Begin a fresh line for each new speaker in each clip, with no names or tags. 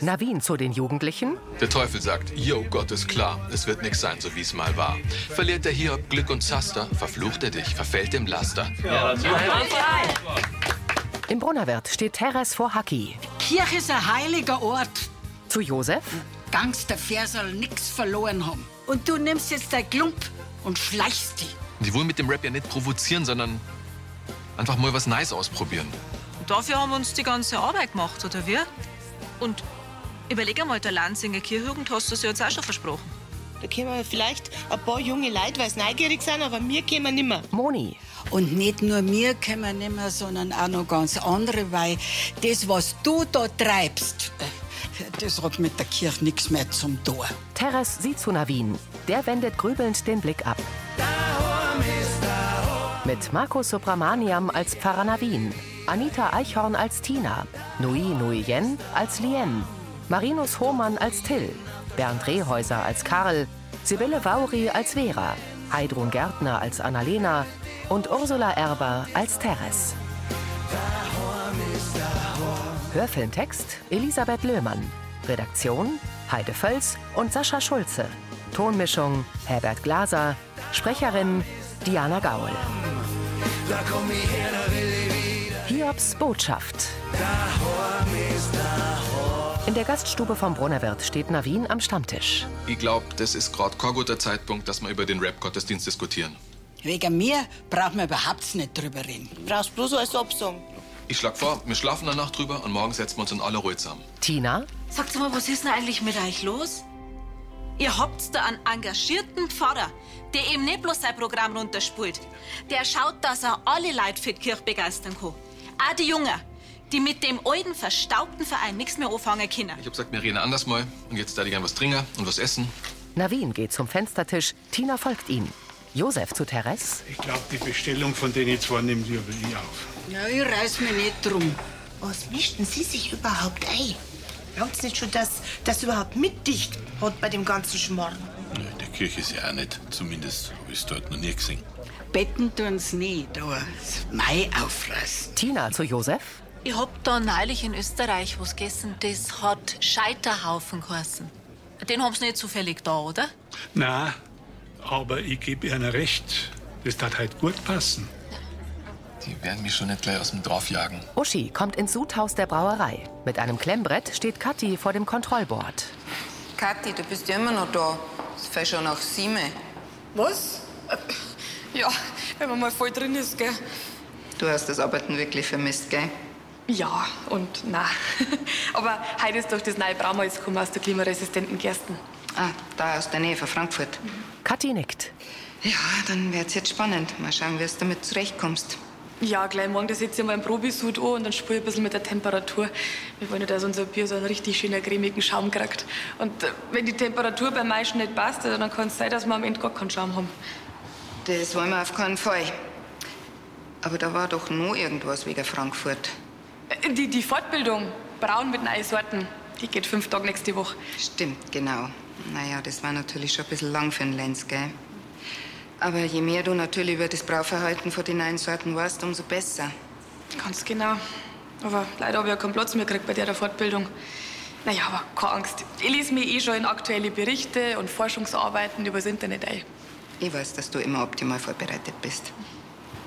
Navin zu den Jugendlichen.
Der Teufel sagt, Jo, Gott ist klar, es wird nix sein, so wie es mal war. Verliert der Hiob Glück und Zaster, verflucht er dich, verfällt dem Laster.
Im Brunnerwirt steht Teres vor Haki.
Kirche ist ein heiliger Ort.
Zu Josef.
Gangsterfair soll nix verloren haben. Und du nimmst jetzt dein Klump und schleichst die.
Die wollen mit dem Rap ja nicht provozieren, sondern einfach mal was Nice ausprobieren.
Und dafür haben wir uns die ganze Arbeit gemacht, oder wir? Und überleg einmal, der Lanzinger Kirchjugend hast du sie jetzt auch schon versprochen.
Da kommen vielleicht ein paar junge Leute, weil sie neugierig sind, aber wir kommen nimmer.
Moni.
Und nicht nur mir können nicht mehr, sondern auch noch ganz andere, weil das, was du da treibst, äh, das hat mit der Kirche nichts mehr zum Tor.
Teres sieht zu Navin. Der wendet grübelnd den Blick ab. Mit Markus Subramaniam als Pfarrer Navin, Anita Eichhorn als Tina, Nui Nuyen als Lien, Marinus Hohmann als Till, Bernd Rehäuser als Karl, Sibylle Vauri als Vera, Heidrun Gärtner als Annalena und Ursula Erber als Teres. Hörfilmtext Elisabeth Löhmann. Redaktion Heide Völz und Sascha Schulze. Tonmischung Herbert Glaser. Sprecherin Diana Gaul. Hiobs Botschaft. In der Gaststube vom Brunnerwirt steht Navin am Stammtisch.
Ich glaube, das ist gerade kein guter Zeitpunkt, dass wir über den Rap-Gottesdienst diskutieren.
Wegen mir braucht man überhaupt nicht drüber reden.
Brauchst bloß als Absong.
Ich schlage vor, wir schlafen eine Nacht drüber und morgen setzen wir uns in aller Ruhe zusammen.
Tina,
Sagt mal, was ist denn eigentlich mit euch los? Ihr habt da einen engagierten Pfarrer, der ihm nicht bloß sein Programm runterspult. Der schaut, dass er alle Leute für die Kirche begeistern kann. Auch die Jungen, die mit dem alten, verstaubten Verein nichts mehr anfangen können.
Ich hab gesagt, wir reden anders mal und jetzt da ich gern was trinken und was essen.
Navin geht zum Fenstertisch, Tina folgt ihm. Josef zu Teres,
Ich glaube, die Bestellung von denen zwei nimmt die aber ich auf.
Ja, ich reiß mich nicht drum.
Was mischten Sie sich überhaupt ein? Glaubt's nicht schon, dass das überhaupt mitdicht hat bei dem ganzen Schmarrn?
Ja, In der Kirche ist ja auch nicht. Zumindest habe ich es dort noch nie gesehen.
Betten tun's nicht, aber Mai aufreißen.
Tina zu Josef,
Ich hab da neulich in Österreich was gegessen, das hat Scheiterhaufen geheißen. Den haben sie nicht zufällig da, oder?
Na, aber ich gebe ihnen recht. Das tat halt gut passen.
Die werden mich schon nicht gleich aus dem Dorf jagen.
Uschi kommt ins Sudhaus der Brauerei. Mit einem Klemmbrett steht Kathi vor dem Kontrollbord.
Kathi, du bist ja immer noch da. Es fällt schon nach sieben.
Was?
Ja, wenn man mal voll drin ist, gell? Du hast das Arbeiten wirklich vermisst, gell?
Ja und na. Aber heute ist doch das neue Braumalz gekommen aus der klimaresistenten Gersten.
Ah, da aus der Nähe von Frankfurt.
Kathi nickt.
Ja, dann wird's jetzt spannend. Mal schauen, wie du damit zurechtkommst.
Ja, gleich morgen, da setze ich mal einen Probisud an und dann spüre ich ein bisschen mit der Temperatur. Wir wollen ja, dass unser Bier so einen richtig schönen, cremigen Schaum kriegt. Und äh, wenn die Temperatur beim Maischen nicht passt, also dann kann es sein, dass wir am Ende gar keinen Schaum haben.
Das wollen wir auf keinen Fall. Aber da war doch nur irgendwas wegen Frankfurt.
Äh, Die, die Fortbildung, Braun mit neuen Sorten, die geht fünf Tage nächste Woche.
Stimmt, genau. Naja, das war natürlich schon ein bisschen lang für den Lenz, gell? Aber je mehr du natürlich über das Brauverhalten von den neuen Sorten weißt, umso besser.
Ganz genau. Aber leider habe ich ja keinen Platz mehr gekriegt bei der Fortbildung. Naja, aber keine Angst. Ich lese mir eh schon in aktuelle Berichte und Forschungsarbeiten übers Internet ein.
Ich weiß, dass du immer optimal vorbereitet bist.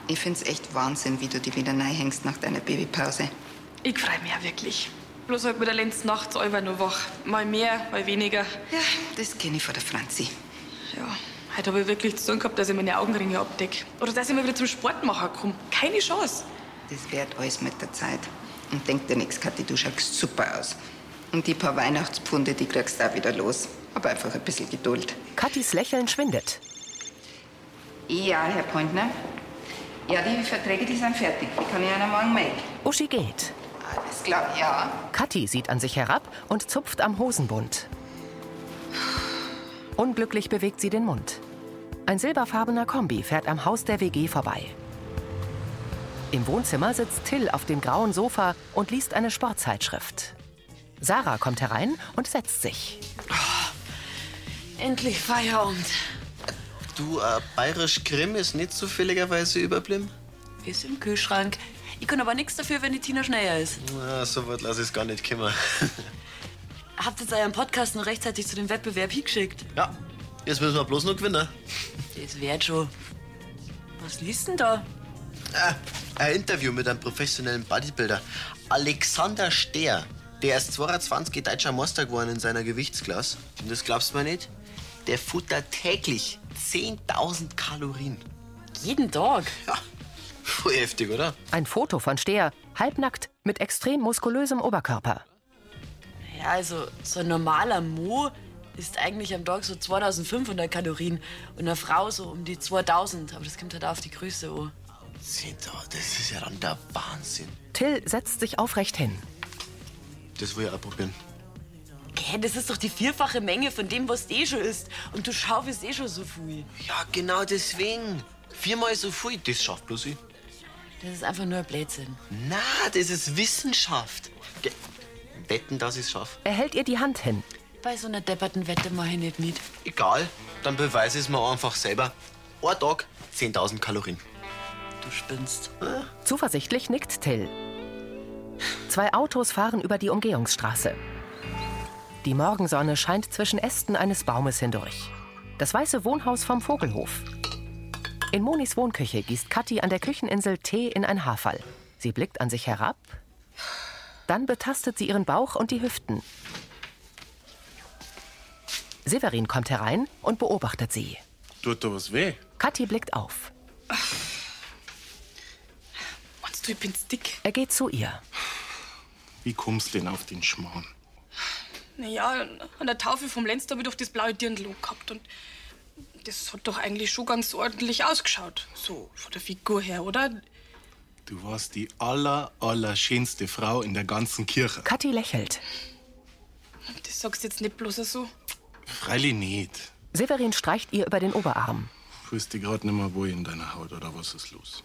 Ich find's echt Wahnsinn, wie du die wieder hängst nach deiner Babypause.
Ich freue mich ja wirklich. Bloß heute mit der Lenz nachts immer nur wach. Mal mehr, mal weniger.
Ja, das kenne ich von der Franzi.
Ja, heute habe ich wirklich zu tun gehabt, dass ich meine Augenringe abdecke. Oder dass ich mal wieder zum Sport machen komme. Keine Chance.
Das wird alles mit der Zeit. Und denk dir nichts, Kathi, du schaust super aus. Und die paar Weihnachtspfunde, die kriegst du auch wieder los. Aber einfach ein bisschen Geduld.
Kathis Lächeln schwindet.
Ja, Herr Pointner. Ja, die Verträge, die sind fertig. Die kann ich Ihnen morgen melden.
Uschi geht.
Ah, das glaube ich ja.
Kathi sieht an sich herab und zupft am Hosenbund. Unglücklich bewegt sie den Mund. Ein silberfarbener Kombi fährt am Haus der WG vorbei. Im Wohnzimmer sitzt Till auf dem grauen Sofa und liest eine Sportzeitschrift. Sarah kommt herein und setzt sich.
Endlich Feierabend.
Du, äh, bayerisch Grimm ist nicht zufälligerweise überblieben?
Ist im Kühlschrank. Ich kann aber nichts dafür, wenn die Tina schneller ist.
Na, so weit lass ich es gar nicht kommen.
habt jetzt euren Podcast noch rechtzeitig zu dem Wettbewerb hingeschickt.
Ja, jetzt müssen wir bloß noch gewinnen.
Das wird schon. Was liest denn da?
Ah, ein Interview mit einem professionellen Bodybuilder. Alexander Stehr. Der ist 22 deutscher Meister geworden in seiner Gewichtsklasse. Und das glaubst du mir nicht? Der futtert täglich 10.000 Kalorien.
Jeden Tag?
Ja, voll heftig, oder?
Ein Foto von Steher, halbnackt, mit extrem muskulösem Oberkörper.
Ja, also so ein normaler Mo ist eigentlich am Tag so 2500 Kalorien und eine Frau so um die 2000. Aber das kommt halt auch auf die Größe an.
Seht ihr, das ist ja dann der Wahnsinn.
Till setzt sich aufrecht hin.
Das will ich auch probieren.
Hä, das ist doch die vierfache Menge von dem, was du eh schon isst. Und du schaufelst eh schon so viel.
Ja, genau deswegen. Viermal so viel, das schafft bloß ich.
Das ist einfach nur ein Blödsinn.
Na, das ist Wissenschaft. Ge Wetten, dass ich es schaffe.
Er hält ihr die Hand hin.
Bei so einer depperten Wette mache ich nicht mit.
Egal, dann beweise ich es mir einfach selber. Ein Tag, 10.000 Kalorien.
Du spinnst.
Zuversichtlich nickt Till. Zwei Autos fahren über die Umgehungsstraße. Die Morgensonne scheint zwischen Ästen eines Baumes hindurch. Das weiße Wohnhaus vom Vogelhof. In Monis Wohnküche gießt Kathi an der Kücheninsel Tee in ein Haarfall. Sie blickt an sich herab. Dann betastet sie ihren Bauch und die Hüften. Severin kommt herein und beobachtet sie.
Tut da was weh?
Kathi blickt auf.
Meinst du, ich bin's dick?
Er geht zu ihr.
Wie kommst denn auf den Schmarrn?
Naja, an der Tafel vom Lenz da hab ich doch das blaue Dirndl gehabt. Und das hat doch eigentlich schon ganz ordentlich ausgeschaut. So von der Figur her, oder?
Du warst die aller, aller schönste Frau in der ganzen Kirche.
Kathi lächelt.
Das sagst du jetzt nicht bloß so.
Freilich nicht.
Severin streicht ihr über den Oberarm.
Fühlst dich gerade nicht mehr wohl in deiner Haut oder was ist los?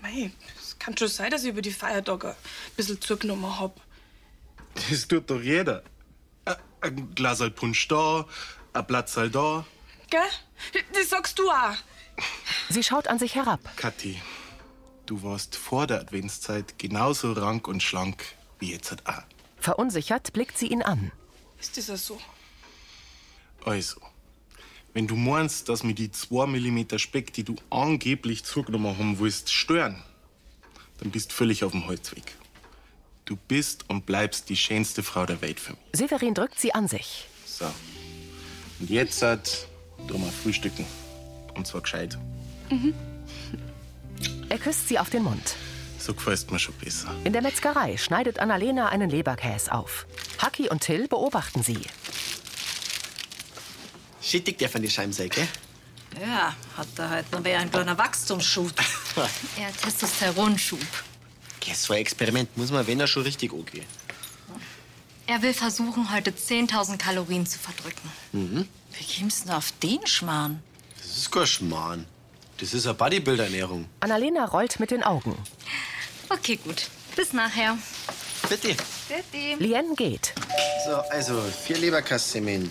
Mei, es kann schon sein, dass ich über die Feiertage ein bisschen zugenommen hab.
Das tut doch jeder. Ä- Ein Glas Punsch da, ein Platz da.
Gell? Das sagst du auch.
Sie schaut an sich herab.
Kathi, du warst vor der Adventszeit genauso rank und schlank wie jetzt halt auch.
Verunsichert blickt sie ihn an.
Ist das auch so?
Also, wenn du meinst, dass mir die 2 mm Speck, die du angeblich zugenommen haben willst, stören, dann bist du völlig auf dem Holzweg. Du bist und bleibst die schönste Frau der Welt für mich.
Severin drückt sie an sich.
So. Und jetzt hat drum mal frühstücken. Und zwar gescheit.
Mhm.
Er küsst sie auf den Mund.
So gefällt mir schon besser.
In der Metzgerei schneidet Annalena einen Leberkäse auf. Haki und Till beobachten sie.
Schittig der von die Scheimsäge, gell?
Ja, hat er halt noch wer einen kleinen Wachstumsschub. ja, Testosteronschub.
Gell, so ein Experiment muss man, wenn er schon richtig angehen.
Er will versuchen, heute 10.000 Kalorien zu verdrücken.
Mhm.
Wie kommst du denn auf den Schmarrn?
Das ist kein Schmarrn. Das ist eine Bodybuilder-Ernährung.
Annalena rollt mit den Augen.
Okay, gut. Bis nachher.
Bitte.
Bitte.
Lien geht.
So, also vier Leberkassemen.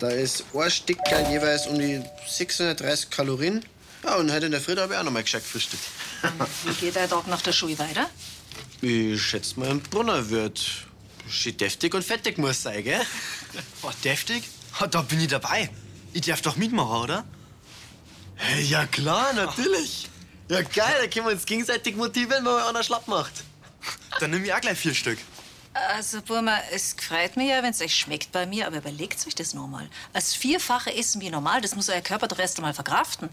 Da ist ein Stickerl jeweils um die 630 Kalorien. Ja, und heute in der Früh habe ich auch noch mal gescheit gefrühstückt.
Wie geht der Tag nach der Schule weiter?
Ich schätze mal, ein Brunner wird. Steht deftig und fettig muss sein, gell?
Oh, deftig? Ha, Da bin ich dabei. Ich darf doch mitmachen, oder?
Hey, ja klar, natürlich. Ja geil, da können wir uns gegenseitig motivieren, wenn man einer schlapp macht.
Dann nimm ich auch gleich vier Stück.
Also, Burma, es gefreut mir ja, wenn es euch schmeckt bei mir, aber überlegt euch das nur mal. Als Vierfache essen wie normal, das muss euer Körper doch erst einmal verkraften.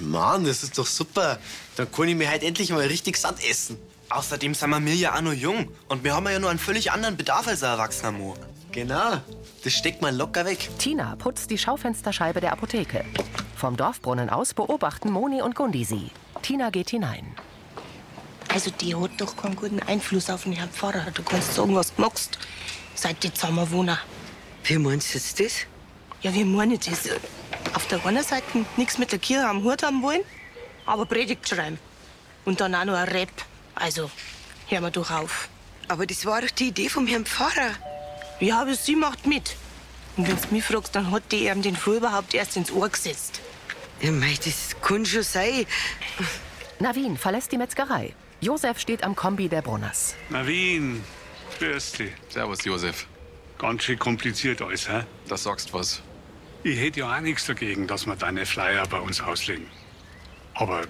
Mann, das ist doch super. Dann kann ich mir halt endlich mal richtig Sand essen.
Außerdem sind wir ja auch noch jung. Und wir haben ja nur einen völlig anderen Bedarf als ein Erwachsener, Mo.
Genau. Das steckt man locker weg.
Tina putzt die Schaufensterscheibe der Apotheke. Vom Dorfbrunnen aus beobachten Moni und Gundi sie. Tina geht hinein.
Also die hat doch keinen guten Einfluss auf den Herrn Pfarrer. Du kannst sagen, was du magst. Seid die Zusammenwohner.
Wie meinst du jetzt das?
Ja, wie meine ich das? äh, Auf der einen Seite nichts mit der Kirche am Hut haben wollen, aber Predigt schreiben. Und dann auch noch ein Rap. Also, hör mal doch auf.
Aber das war doch die Idee vom Herrn Pfarrer.
Ja, aber sie macht mit. Und wenn du mich fragst, dann hat die eben den Fuhr überhaupt erst ins Ohr gesetzt.
Ja, mei, das kann schon sein.
Navin verlässt die Metzgerei. Josef steht am Kombi der Brunners.
Navin, grüß dich.
Servus, Josef.
Ganz schön kompliziert alles, hä?
Da sagst was.
Ich hätte ja auch nichts dagegen, dass wir deine Flyer bei uns auslegen. Aber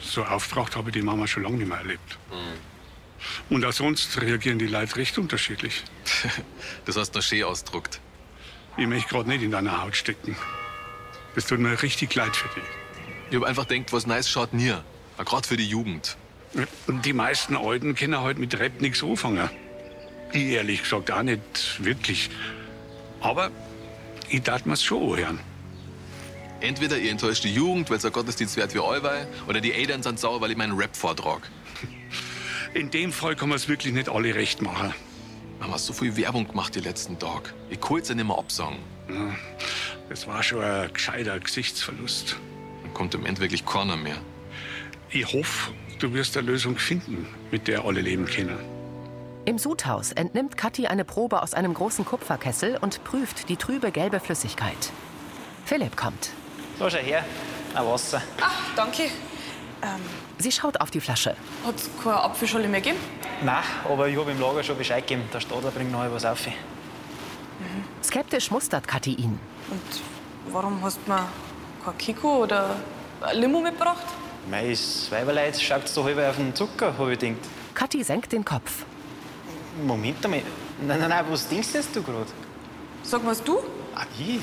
so aufgebracht habe ich die Mama schon lange nicht mehr erlebt.
Hm.
Und auch sonst reagieren die Leute recht unterschiedlich.
Das hast du noch schön ausdruckt.
Ich möchte gerade nicht in deiner Haut stecken. Das tut mir richtig leid für dich.
Ich hab einfach denkt, was nice schaut nie. Gerade für die Jugend.
Und die meisten Alten können heute mit Rap nichts anfangen. Ich ehrlich gesagt auch nicht wirklich. Aber ich tat mir's schon anhören.
Entweder ihr enttäuscht die Jugend, weil es ein Gottesdienst wird wie allweil, oder die Eltern sind sauer, weil ich meinen Rap vortrag.
In dem Fall kann man es wirklich nicht alle recht machen.
Man hat so viel Werbung gemacht die letzten Tage. Ich kann's ja nicht mehr absagen.
Ja, das war schon ein gescheiter Gesichtsverlust.
Dann kommt im End wirklich keiner mehr.
Ich hoffe, du wirst eine Lösung finden, mit der alle leben können.
Im Sudhaus entnimmt Kathi eine Probe aus einem großen Kupferkessel und prüft die trübe gelbe Flüssigkeit. Philipp kommt.
So, schau her. Ein Wasser.
Ach, Ah, danke. Ähm,
Sie schaut auf die Flasche.
Hat's keine Apfelschale mehr gegeben?
Nein, aber ich habe im Lager schon Bescheid gegeben. Der Stadler bringt noch was auf.
Skeptisch mustert Kathi ihn.
Und warum hast du mir kein Kiko oder ein Limo mitgebracht?
Mei, das Weiberleid schaut so halb auf den Zucker, habe ich gedacht.
Kathi senkt den Kopf.
Moment einmal. Nein, nein, nein, was denkst jetzt du gerade?
Sag was du?
Ah, ich?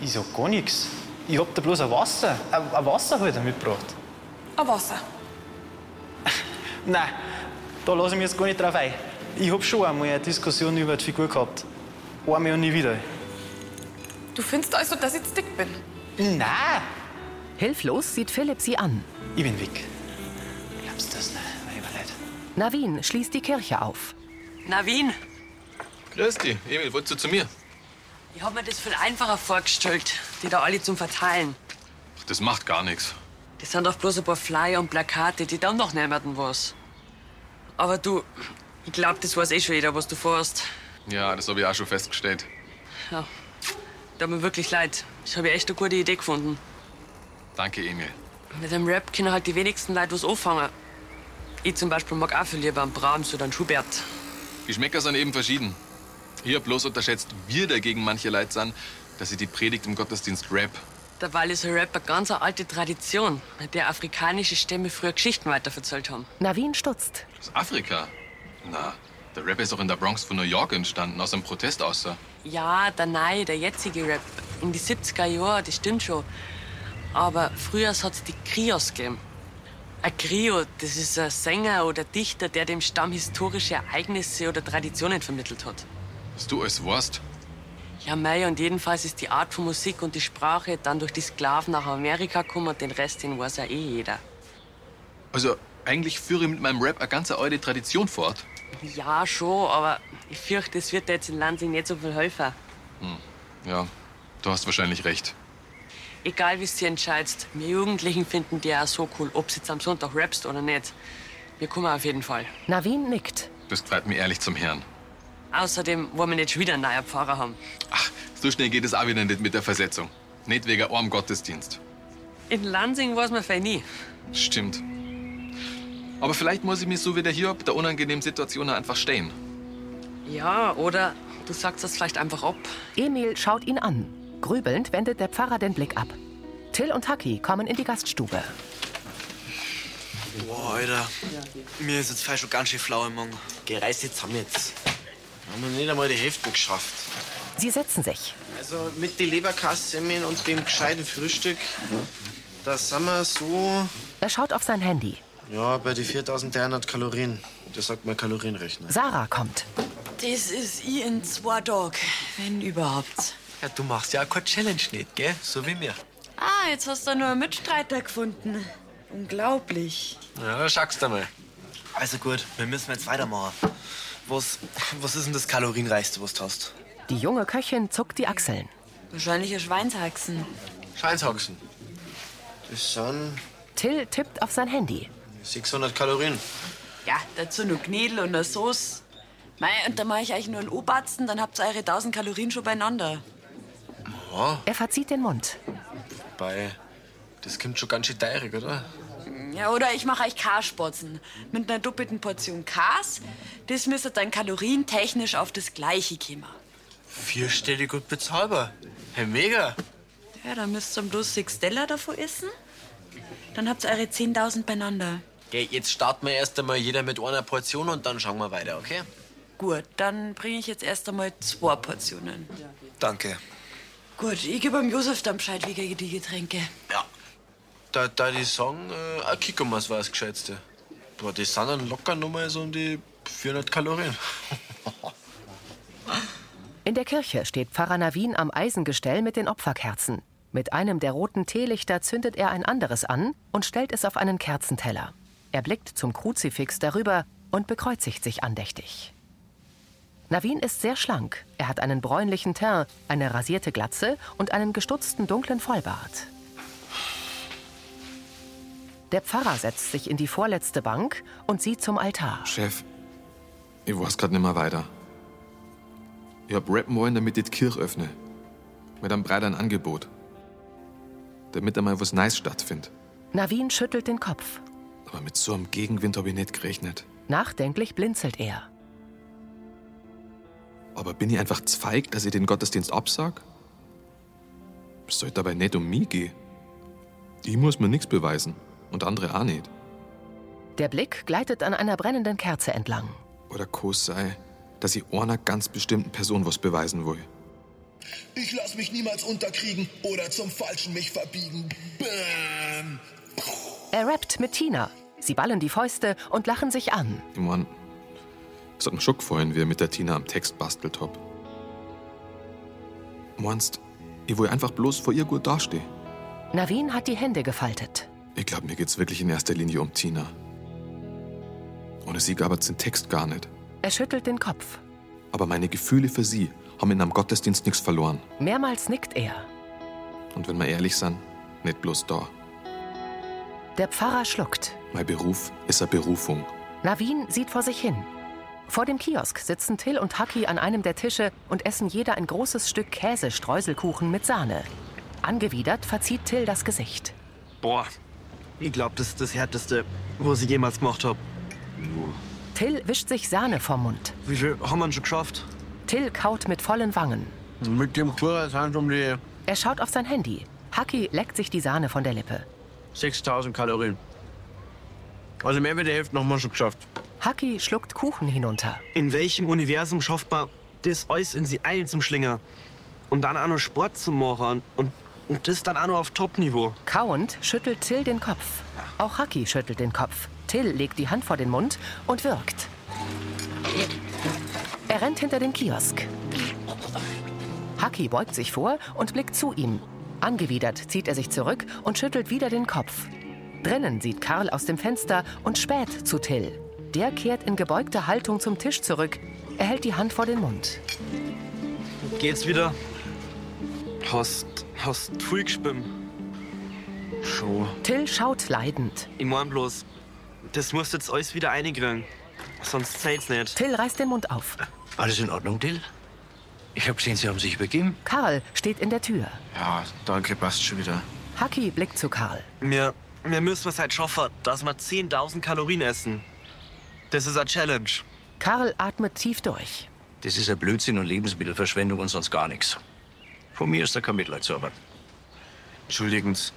Ich sag gar nichts. Ich hab da bloß ein Wasser, ein, ein Wasser halt mitgebracht.
Ein Wasser.
Nein, da lasse ich mich jetzt gar nicht drauf ein. Ich hab schon einmal eine Diskussion über die Figur gehabt. Einmal und nie wieder.
Du findest also, dass ich zu dick bin?
Nein.
Hilflos sieht Philipp sie an.
Ich bin weg. Glaubst du das nicht? Weiberleid.
Navin schließt die Kirche auf.
Navin,
Grüß dich, Emil, wolltest du zu mir?
ich hab mir das viel einfacher vorgestellt, die da alle zum Verteilen.
Ach, Das macht gar nichts.
Das sind doch bloß ein paar Flyer und Plakate, die dann doch niemanden was. Aber du, ich glaub, das weiß eh schon jeder, was du vorhast.
Ja, das habe ich auch schon festgestellt.
Ja. Tut mir wirklich leid. Ich habe ja echt eine gute Idee gefunden.
Danke, Emil.
Mit dem Rap können halt die wenigsten Leute was anfangen. Ich zum Beispiel mag auch viel lieber einen Brahms oder einen Schubert.
Die Schmecker sind eben verschieden. Hier bloß unterschätzt wir dagegen manche Leute sind, dass sie die Predigt im Gottesdienst rap.
Dabei ist Rap eine ganz alte Tradition, mit der afrikanische Stämme früher Geschichten weiterverzählt haben.
Navin stutzt.
Aus Afrika? Na, der Rap ist auch in der Bronx von New York entstanden, aus einem Protest außer.
Ja, der neue, der jetzige Rap. In die 70er Jahre, das stimmt schon. Aber früher hat es die Krios gegeben. Ein Krio, das ist ein Sänger oder Dichter, der dem Stamm historische Ereignisse oder Traditionen vermittelt hat.
Was du alles warst.
Ja, mei, und jedenfalls ist die Art von Musik und die Sprache dann durch die Sklaven nach Amerika gekommen und den Rest, den weiß ja eh jeder.
Also, eigentlich führe ich mit meinem Rap eine ganze alte Tradition fort.
Ja, schon, aber ich fürchte, es wird dir jetzt in Lansing nicht so viel helfen.
Hm. Ja, du hast wahrscheinlich recht.
Egal, wie du entscheidest, wir Jugendlichen finden die ja so cool, ob du jetzt am Sonntag rappst oder nicht. Wir kommen auf jeden Fall.
Navin nickt.
Das gefällt mir ehrlich zum Herrn.
Außerdem wollen wir nicht schon wieder einen neuen Pfarrer haben.
So schnell geht es auch wieder nicht mit der Versetzung. Nicht wegen einem Gottesdienst.
In Lansing weiß man vielleicht nie.
Stimmt. Aber vielleicht muss ich mich so wie der Hiob der unangenehmen Situation einfach stellen.
Ja, oder du sagst das vielleicht einfach ab.
Emil schaut ihn an. Grübelnd wendet der Pfarrer den Blick ab. Till und Haki kommen in die Gaststube.
Boah, Alter. Mir ist jetzt fast schon ganz schön flau im Mund. Geh, reiß jetzt zusammen jetzt.
Haben wir nicht einmal die Hälfte geschafft.
Sie setzen sich.
Also mit den Leberkassemmeln und dem gescheiten Frühstück, da sind wir so,
Er schaut auf sein Handy.
ja, bei die 4300 Kalorien. Das sagt mein Kalorienrechner.
Sarah kommt.
Das ist ich in zwei Tagen, wenn überhaupt.
Ja, du machst ja auch keine Challenge nicht, gell? So wie mir.
Ah, jetzt hast du nur einen Mitstreiter gefunden. Unglaublich.
Ja, schaust du mal. Also gut, wir müssen jetzt weitermachen. Was, was ist denn das kalorienreichste, was du hast?
Die junge Köchin zuckt die Achseln.
Wahrscheinlich ein Schweinshaxen.
Scheinshaxen. Das sind
Till tippt auf sein Handy.
600 Kalorien.
Ja, dazu nur Knädel und eine Soße. Mei, und dann mache ich eigentlich nur einen Obatzen, dann habt ihr eure 1000 Kalorien schon beieinander.
Ja,
Er verzieht den Mund.
bei. Das kommt schon ganz schön teurig, oder?
Ja, oder ich mache euch Karspotzen. Mit einer doppelten Portion Kars. Das müsste dann kalorientechnisch auf das Gleiche kommen.
Vierstellig gut bezahlbar. Hey, mega.
Ja, dann müsst ihr bloß sechs Teller davon essen. Dann habt ihr eure 10.000 beieinander.
Gell, jetzt starten wir erst einmal jeder mit einer Portion und dann schauen wir weiter, okay?
Gut, dann bringe ich jetzt erst einmal zwei Portionen.
Danke.
Gut, ich gebe dem Josef dann Bescheid wegen die Getränke.
Ja. Da, da die Song, äh, ein Kikomas war das Geschätzte. Boah, die sind dann locker nochmal so um die 400 Kalorien.
In der Kirche steht Pfarrer Navin am Eisengestell mit den Opferkerzen. Mit einem der roten Teelichter zündet er ein anderes an und stellt es auf einen Kerzenteller. Er blickt zum Kruzifix darüber und bekreuzigt sich andächtig. Navin ist sehr schlank. Er hat einen bräunlichen Teint, eine rasierte Glatze und einen gestutzten dunklen Vollbart. Der Pfarrer setzt sich in die vorletzte Bank und sieht zum Altar.
Chef, ich weiß grad nicht mehr weiter. Ich hab rappen wollen, damit ich die Kirche öffne. Mit einem breiteren Angebot. Damit einmal was Neues stattfindet.
Navin schüttelt den Kopf.
Aber mit so einem Gegenwind hab ich nicht gerechnet.
Nachdenklich blinzelt er.
Aber bin ich einfach zweig, dass ich den Gottesdienst absag? Es soll dabei nicht um mich gehen. Ich muss mir nichts beweisen. Und andere auch nicht.
Der Blick gleitet an einer brennenden Kerze entlang.
Oder Kurs sei, dass ich einer ganz bestimmten Person was beweisen will.
Ich lass mich niemals unterkriegen oder zum Falschen mich verbiegen. Bam.
Er rappt mit Tina. Sie ballen die Fäuste und lachen sich an.
Ich mein, es hat mir schon gefallen, wie er mit der Tina am Text bastelt hab. Meinst, ich will einfach bloß vor ihr gut dastehen?
Navin hat die Hände gefaltet.
Ich glaube, mir geht's wirklich in erster Linie um Tina. Ohne sie gab es den Text gar nicht.
Er schüttelt den Kopf.
Aber meine Gefühle für sie haben in einem Gottesdienst nichts verloren.
Mehrmals nickt er.
Und wenn wir ehrlich sind, nicht bloß da.
Der Pfarrer schluckt.
Mein Beruf ist eine Berufung.
Navin sieht vor sich hin. Vor dem Kiosk sitzen Till und Haki an einem der Tische und essen jeder ein großes Stück Käsestreuselkuchen mit Sahne. Angewidert verzieht Till das Gesicht.
Boah. Ich glaube, das ist das Härteste, was ich jemals gemacht habe.
Till wischt sich Sahne vom Mund.
Wie viel haben wir denn schon geschafft?
Till kaut mit vollen Wangen.
Mit dem Kurs sind um die
Er schaut auf sein Handy. Haki leckt sich die Sahne von der Lippe.
6000 Kalorien. Also mehr wie die Hälfte haben wir schon geschafft.
Haki schluckt Kuchen hinunter.
In welchem Universum schafft man das alles in sie ein zum Schlinger? Und dann auch noch Sport zu machen und, und das dann auch noch auf Top-Niveau.
Kauend schüttelt Till den Kopf. Auch Haki schüttelt den Kopf. Till legt die Hand vor den Mund und wirkt. Er rennt hinter den Kiosk. Haki beugt sich vor und blickt zu ihm. Angewidert zieht er sich zurück und schüttelt wieder den Kopf. Drinnen sieht Karl aus dem Fenster und späht zu Till. Der kehrt in gebeugter Haltung zum Tisch zurück. Er hält die Hand vor den Mund.
Geht's wieder? Hast, hast viel gespimmt. Schon.
Till schaut leidend.
Ich mein bloß, das musst jetzt alles wieder einigen. Sonst zählt's nicht.
Till reißt den Mund auf.
Alles in Ordnung, Dill? Ich hab gesehen, Sie haben sich übergeben.
Karl steht in der Tür.
Ja, danke, passt schon wieder.
Haki blickt zu Karl.
Wir, wir müssen es halt schaffen, dass wir 10.000 Kalorien essen. Das ist eine Challenge.
Karl atmet tief durch.
Das ist ein Blödsinn und Lebensmittelverschwendung und sonst gar nichts. Von mir ist da kein Mitleid zu haben.
Entschuldigen Sie.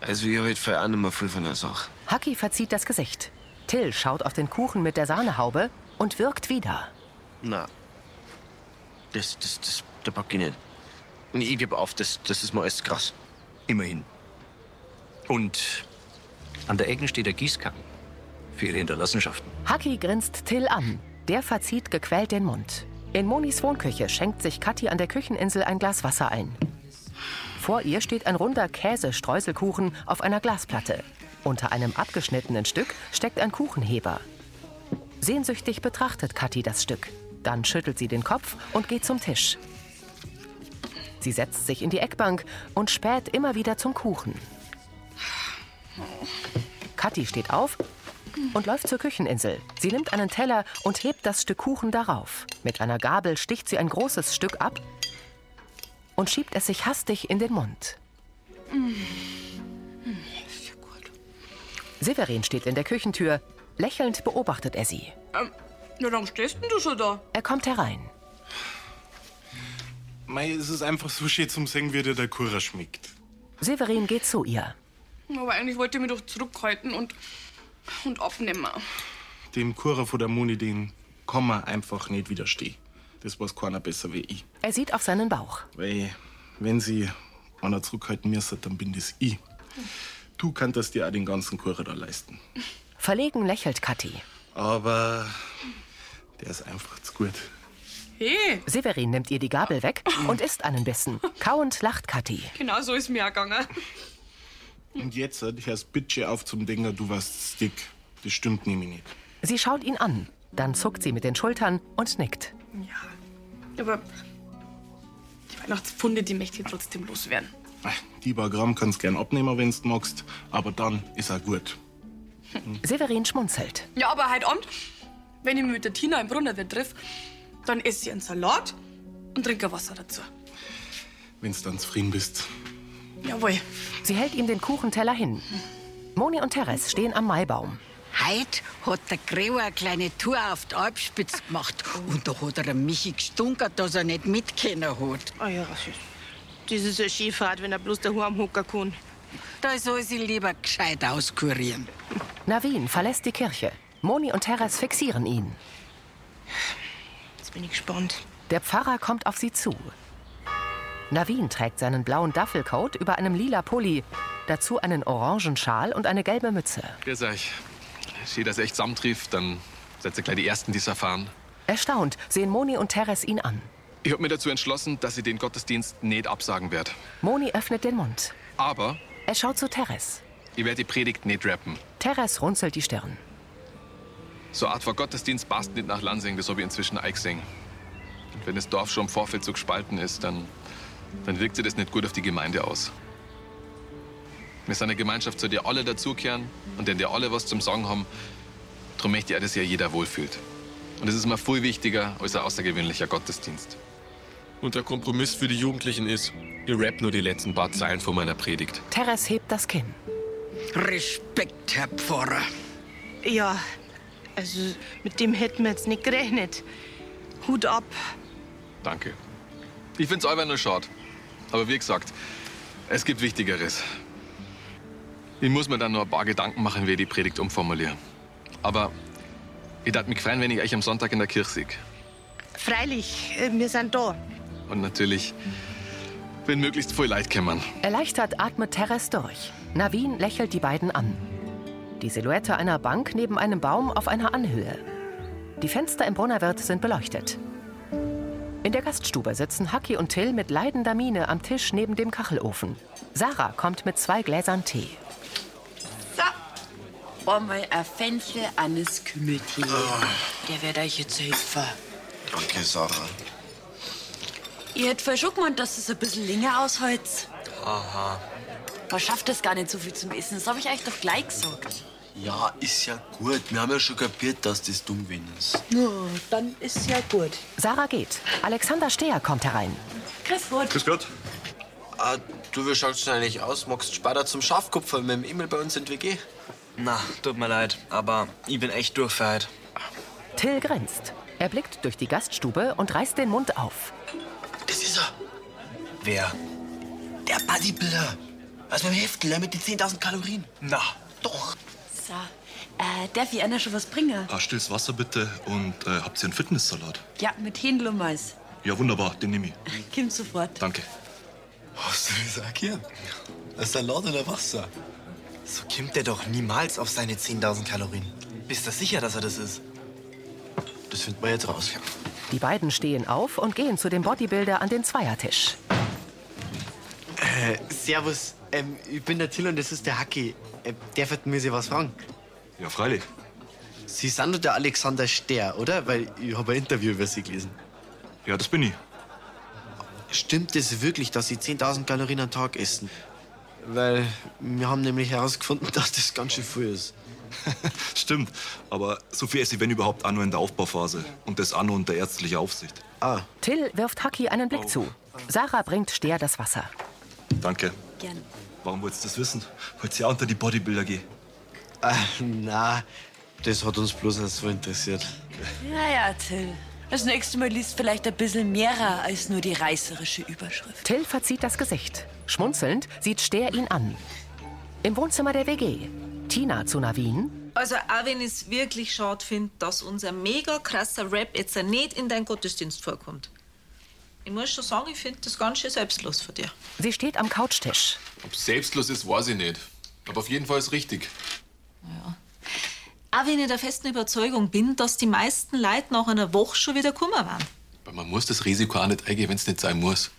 Also, ich heute für auch nicht mehr viel von der Sache.
Haki verzieht das Gesicht. Till schaut auf den Kuchen mit der Sahnehaube und wirkt wieder.
Na, das, das, das, da pack ich nicht. Nee, ich gebe auf, das, das ist mir alles krass.
Immerhin. Und an der Ecke steht der Gießkannen. Für Ihre Hinterlassenschaften.
Haki grinst Till an. Der verzieht gequält den Mund. In Monis Wohnküche schenkt sich Kathi an der Kücheninsel ein Glas Wasser ein. Vor ihr steht ein runder Käsestreuselkuchen auf einer Glasplatte. Unter einem abgeschnittenen Stück steckt ein Kuchenheber. Sehnsüchtig betrachtet Kathi das Stück. Dann schüttelt sie den Kopf und geht zum Tisch. Sie setzt sich in die Eckbank und späht immer wieder zum Kuchen. Kathi steht auf und läuft zur Kücheninsel. Sie nimmt einen Teller und hebt das Stück Kuchen darauf. Mit einer Gabel sticht sie ein großes Stück ab und schiebt es sich hastig in den Mund.
Mm.
Severin steht in der Küchentür. Lächelnd beobachtet er sie.
Ähm, na, warum stehst denn du schon da?
Er kommt herein.
Mei, es ist einfach so schön zum Singen, wie dir der Kurer schmeckt.
Severin geht zu ihr.
Aber eigentlich wollte ich mich doch zurückhalten und, und abnehmen.
Dem Kurer von der Moni, den kann man einfach nicht widerstehen. Das weiß keiner besser wie ich.
Er sieht auf seinen Bauch.
Weil, wenn sie einer zurückhalten müssen, dann bin das ich. Du kannst dir auch den ganzen Kurer da leisten.
Verlegen lächelt Kathi.
Aber der ist einfach zu gut.
Hey,
Severin nimmt ihr die Gabel weg und isst einen Bissen. Kauend lacht Kathi.
genau so ist mir auch gegangen.
Und jetzt hört hörst bitte auf zum Dinger, du warst dick. Das stimmt nämlich nicht.
Sie schaut ihn an, dann zuckt sie mit den Schultern und nickt.
Aber die Weihnachtspfunde, die möchte ich trotzdem loswerden.
Die paar Gramm kannst gern abnehmen, wenn's magst, aber dann ist er gut.
Severin schmunzelt.
Ja, aber heute Abend, wenn ich mich mit der Tina im Brunnerwirt treffe, dann esse ich einen Salat und trinke Wasser dazu.
Wenn's dann zufrieden bist.
Jawohl.
Sie hält ihm den Kuchenteller hin. Moni und Teres stehen am Maibaum.
Heute
Halt
hat der Gregor eine kleine Tour auf die Alpspitze gemacht. Und da hat er den Michi gestunkert, dass er nicht mitkennen hat.
Ah ja, was ist? Das ist eine Skifahrt, wenn er bloß daheim hocken kann.
Da soll sie lieber gescheit auskurieren.
Navin verlässt die Kirche. Moni und Teres fixieren ihn.
Jetzt bin ich gespannt.
Der Pfarrer kommt auf sie zu. Navin trägt seinen blauen Duffelcoat über einem lila Pulli, dazu einen orangen Schal und eine gelbe Mütze.
Grüß euch. Steht das echt zusammentrifft, dann seid ihr gleich die Ersten, die es erfahren.
Erstaunt sehen Moni und Teres ihn an.
Ich habe mir dazu entschlossen, dass ich den Gottesdienst nicht absagen werde.
Moni öffnet den Mund.
Aber
Er schaut zu Teres.
ich werde die Predigt nicht rappen.
Teres runzelt die Stirn.
So eine Art von Gottesdienst passt nicht nach Lansing, das habe ich inzwischen eingesehen. Und wenn das Dorf schon im Vorfeld so gespalten ist, dann, dann wirkt sich das nicht gut auf die Gemeinde aus. Wir sind eine Gemeinschaft, zu der alle dazukehren und in der alle was zum Sagen haben. Darum möchte ich auch, dass sich ja jeder wohlfühlt. Und das ist mir viel wichtiger als ein außergewöhnlicher Gottesdienst.
Und der Kompromiss für die Jugendlichen ist, ihr rappt nur die letzten paar Zeilen von meiner Predigt.
Teres hebt das Kinn.
Respekt, Herr Pfarrer.
Ja, also mit dem hätten wir jetzt nicht gerechnet. Hut ab.
Danke. Ich find's einfach nur schade. Aber wie gesagt, es gibt Wichtigeres. Ich muss mir dann nur ein paar Gedanken machen, wie ich die Predigt umformuliere. Aber ich darf mich freuen, wenn ich euch am Sonntag in der Kirche sehe.
Freilich, äh, wir sind da.
Und natürlich, wenn möglichst viel Leid kämmern.
Erleichtert atmet Teres durch. Navin lächelt die beiden an. Die Silhouette einer Bank neben einem Baum auf einer Anhöhe. Die Fenster im Brunnerwirt sind beleuchtet. In der Gaststube sitzen Haki und Till mit leidender Miene am Tisch neben dem Kachelofen. Sarah kommt mit zwei Gläsern Tee.
So, einmal ein Fenchel eines Kümmeltee.
Ah.
Der wird euch jetzt helfen.
Danke, Sarah.
Ich hätte voll schon gemeint, dass es ein bisschen länger aushält.
Aha.
Man schafft das gar nicht so viel zum Essen. Das habe ich euch doch gleich gesagt.
Ja, ist ja gut. Wir haben ja schon kapiert, dass das dumm gewesen ist.
Ja, dann ist ja gut.
Sarah geht. Alexander Steher kommt herein.
Chris Wood.
Grüß Gott. Ah, du, wie schaust du denn eigentlich aus? Magst du später zum Schafkupfer mit dem Emil bei uns in die WG?
Na, tut mir leid, aber ich bin echt durch für heute.
Till grinst. Er blickt durch die Gaststube und reißt den Mund auf.
Das ist er. Wer? Der Bodybuilder. Was mit dem Heftel, mit den 10.000 Kalorien.
Na,
doch.
So, äh, darf ich einer schon was bringen?
Paar stilles Wasser bitte und äh, habt ihr einen Fitnesssalat?
Ja, mit Händel und Mais.
Ja, wunderbar, den nehme ich.
Kim sofort.
Danke.
Oh,
Hast du gesagt hier? Ein Salat oder Wasser? So kommt er doch niemals auf seine 10.000 Kalorien. Bist du sicher, dass er das ist? Das findet man jetzt raus.
Die beiden stehen auf und gehen zu dem Bodybuilder an den Zweiertisch.
Äh, servus, ähm, ich bin der Till und das ist der Hacki. Äh, der wird mir Sie was fragen.
Ja, freilich.
Sie sind doch der Alexander Ster, oder? Weil ich habe ein Interview über Sie gelesen.
Ja, das bin ich.
Stimmt es wirklich, dass Sie 10.000 Kalorien am Tag essen? Weil wir haben nämlich herausgefunden, dass das ganz schön viel ist.
Stimmt, aber so viel esse ich, wenn überhaupt, auch nur in der Aufbauphase. Und das auch nur unter ärztlicher Aufsicht.
Ah.
Till wirft Haki einen Blick zu. Sarah bringt Steher das Wasser.
Danke.
Gern.
Warum wolltest du das wissen? Wolltest du auch unter die Bodybuilder gehen?
Ah, na, das hat uns bloß nicht so interessiert.
Ja, ja, Till. Das nächste Mal liest vielleicht ein bisschen mehrer als nur die reißerische Überschrift.
Till verzieht das Gesicht. Schmunzelnd sieht Ster ihn an. Im Wohnzimmer der WG. Tina zu Navin.
Also auch wenn ich es wirklich schade finde, dass unser mega krasser Rap jetzt nicht in deinen Gottesdienst vorkommt. Ich muss schon sagen, ich finde das ganz schön selbstlos von dir.
Sie steht am Couchtisch.
Ob selbstlos ist, weiß ich nicht. Aber auf jeden Fall ist richtig.
Auch wenn ich der festen Überzeugung bin, dass die meisten Leute nach einer Woche schon wieder kummer waren.
Aber man muss das Risiko auch nicht eingehen, wenn es nicht sein muss.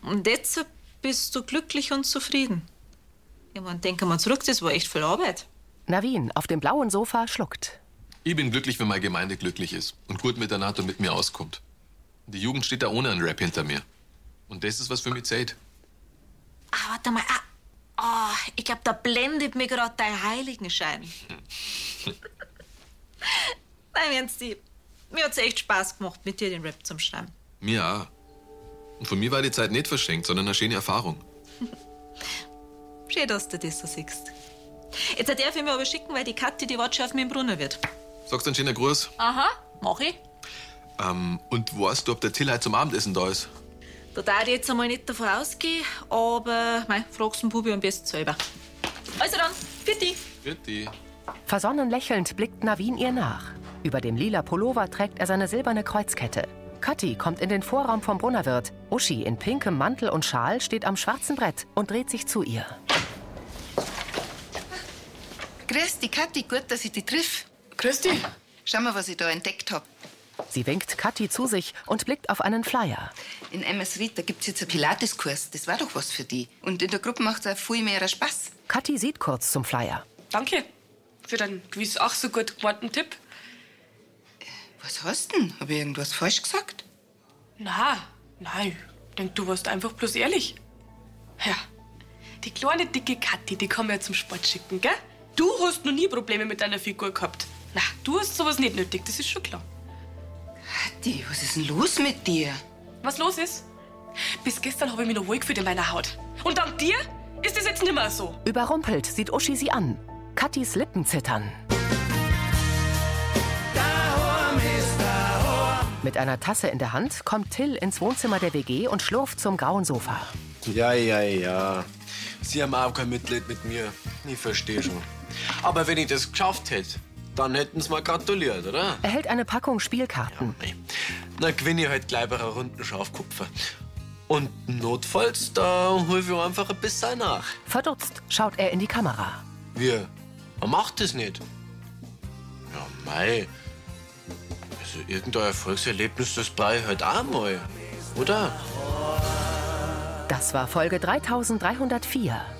Und jetzt bist du glücklich und zufrieden. Ja, man denke mal zurück, das war echt viel Arbeit.
Navin auf dem blauen Sofa schluckt.
Ich bin glücklich, wenn meine Gemeinde glücklich ist und gut mit der NATO mit mir auskommt. Die Jugend steht da ohne einen Rap hinter mir. Und das ist, was für mich zählt.
Ah, warte mal. Ah, ah, ich glaube, da blendet mir gerade dein Heiligenschein. Nein, Ernst, ich- mir hat's echt Spaß gemacht, mit dir den Rap zum Schreiben.
Mir auch. Und von mir war die Zeit nicht verschenkt, sondern eine schöne Erfahrung.
Schön, dass du das so siehst. Jetzt äh, darf ich mir aber schicken, weil die Kathi die Watsch auf mir im Brunnen wird.
Sagst du einen schönen Gruß?
Aha, mach ich.
Ähm, und weißt du, ob der Till heute zum Abendessen da ist?
Da darf ich jetzt einmal nicht davon ausgehen, aber mei, frag's den Bubi am besten selber. Also dann, für dich.
Bitte.
Versonnen lächelnd blickt Navin ihr nach. Über dem lila Pullover trägt er seine silberne Kreuzkette. Kathi kommt in den Vorraum vom Brunnerwirt. Uschi in pinkem Mantel und Schal steht am schwarzen Brett und dreht sich zu ihr.
Grüß dich, Kathi. Gut, dass ich dich triff. Grüß dich. Schau mal, was ich da entdeckt habe.
Sie winkt Kathi zu sich und blickt auf einen Flyer.
In MS Ried, da gibt's jetzt einen Pilateskurs. Das war doch was für die. Und in der Gruppe macht's auch viel mehr Spaß.
Kathi sieht kurz zum Flyer.
Danke.
Für deinen gewiss auch so gut gemeinten Tipp.
Was hast denn? Hm, Hab ich irgendwas falsch gesagt?
Na, nein. Ich denk, du warst einfach bloß ehrlich. Ja. Die kleine, dicke Kathi, die kann man ja zum Sport schicken, gell? Du hast noch nie Probleme mit deiner Figur gehabt. Na, du hast sowas nicht nötig, das ist schon klar.
Kathi, was ist denn los mit dir?
Was los ist? Bis gestern habe ich mich noch wohl gefühlt in meiner Haut. Und dank dir ist es jetzt nimmer so.
Überrumpelt sieht Uschi sie an. Kathis Lippen zittern. Mit einer Tasse in der Hand kommt Till ins Wohnzimmer der WG und schlurft zum grauen Sofa.
Ja, ja, ja. Sie haben auch kein Mitleid mit mir. Ich verstehe schon. Aber wenn ich das geschafft hätte, dann hätten sie mal gratuliert, oder?
Er hält eine Packung Spielkarten.
Na, gewinne ich halt gleich bei einer Runden Schafkupfer. Und notfalls, da hol ich einfach ein bisschen nach.
Verdutzt schaut er in die Kamera.
Wir, man macht das nicht. Ja, mei. Also, irgendein Erfolgserlebnis, das brauche ich halt auch mal. Oder?
Das war Folge 3304.